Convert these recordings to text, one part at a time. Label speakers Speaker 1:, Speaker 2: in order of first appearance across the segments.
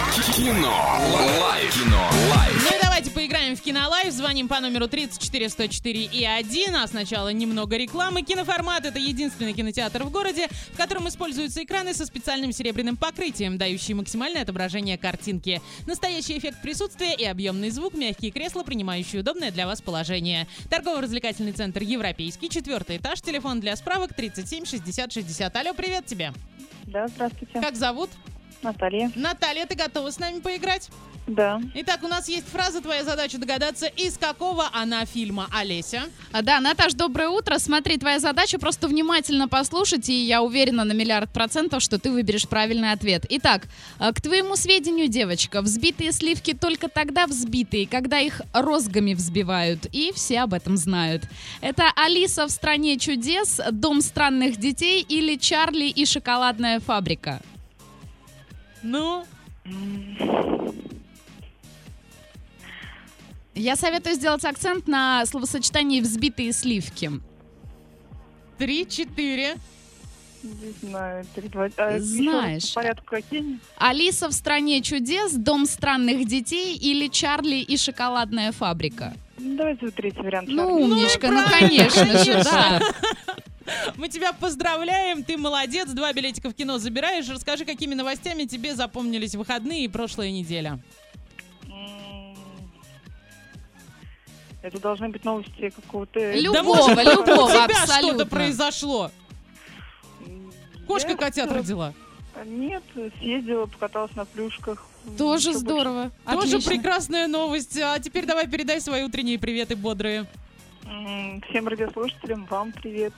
Speaker 1: Кино. Лайф. Кино. Лайф.
Speaker 2: Ну и давайте поиграем в Кинолайф. Звоним по номеру 34 104 и 1. А сначала немного рекламы. Киноформат — это единственный кинотеатр в городе, в котором используются экраны со специальным серебряным покрытием, дающие максимальное отображение картинки. Настоящий эффект присутствия и объемный звук, мягкие кресла, принимающие удобное для вас положение. Торгово-развлекательный центр «Европейский», четвертый этаж, телефон для справок 37 60 60. Алло, привет тебе.
Speaker 3: Да, здравствуйте.
Speaker 2: Как зовут?
Speaker 3: Наталья.
Speaker 2: Наталья, ты готова с нами поиграть?
Speaker 3: Да.
Speaker 2: Итак, у нас есть фраза, твоя задача догадаться, из какого она фильма. Олеся.
Speaker 4: А, Да, Наташ, доброе утро. Смотри, твоя задача просто внимательно послушать, и я уверена на миллиард процентов, что ты выберешь правильный ответ. Итак, э, к твоему сведению, девочка, взбитые сливки только тогда взбитые, когда их розгами взбивают, и все об этом знают. Это «Алиса в стране чудес», «Дом странных детей» или «Чарли и шоколадная фабрика».
Speaker 2: Ну,
Speaker 4: Я советую сделать акцент на словосочетании «взбитые сливки».
Speaker 2: три-четыре.
Speaker 3: Не знаю. три, два, а,
Speaker 4: Знаешь.
Speaker 3: еще По порядку какие?
Speaker 4: Алиса в стране чудес, дом странных детей или Чарли и шоколадная фабрика.
Speaker 3: Ну, Давайте вот третий вариант.
Speaker 4: Ну,
Speaker 3: Шарль.
Speaker 4: умничка, ну,
Speaker 2: правильно,
Speaker 4: конечно же,
Speaker 2: конечно.
Speaker 4: да.
Speaker 2: Мы тебя поздравляем, ты молодец, два билетика в кино забираешь. Расскажи, какими новостями тебе запомнились выходные и прошлая неделя.
Speaker 3: М, Это должны быть новости какого-то...
Speaker 4: Любого,
Speaker 2: может, У
Speaker 4: любого,
Speaker 2: тебя
Speaker 4: абсолютно.
Speaker 2: что-то произошло.
Speaker 3: М,
Speaker 2: Кошка
Speaker 3: я
Speaker 2: котят
Speaker 3: как-то-
Speaker 2: родила.
Speaker 3: Нет, съездила, покаталась на плюшках. М,
Speaker 4: Тоже
Speaker 3: еще
Speaker 4: здорово.
Speaker 2: Тоже
Speaker 4: Отлично.
Speaker 2: прекрасная новость. А теперь давай передай свои утренние приветы бодрые.
Speaker 3: больше. М, Всем радиослушателям, вам привет.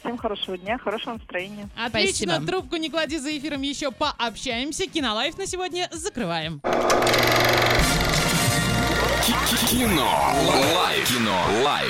Speaker 3: Всем хорошего дня, хорошего настроения.
Speaker 2: Отлично,
Speaker 4: Спасибо.
Speaker 2: трубку не клади за эфиром, еще пообщаемся. Кинолайф на сегодня закрываем.
Speaker 1: Кино. Лайф. Кино. Лайф.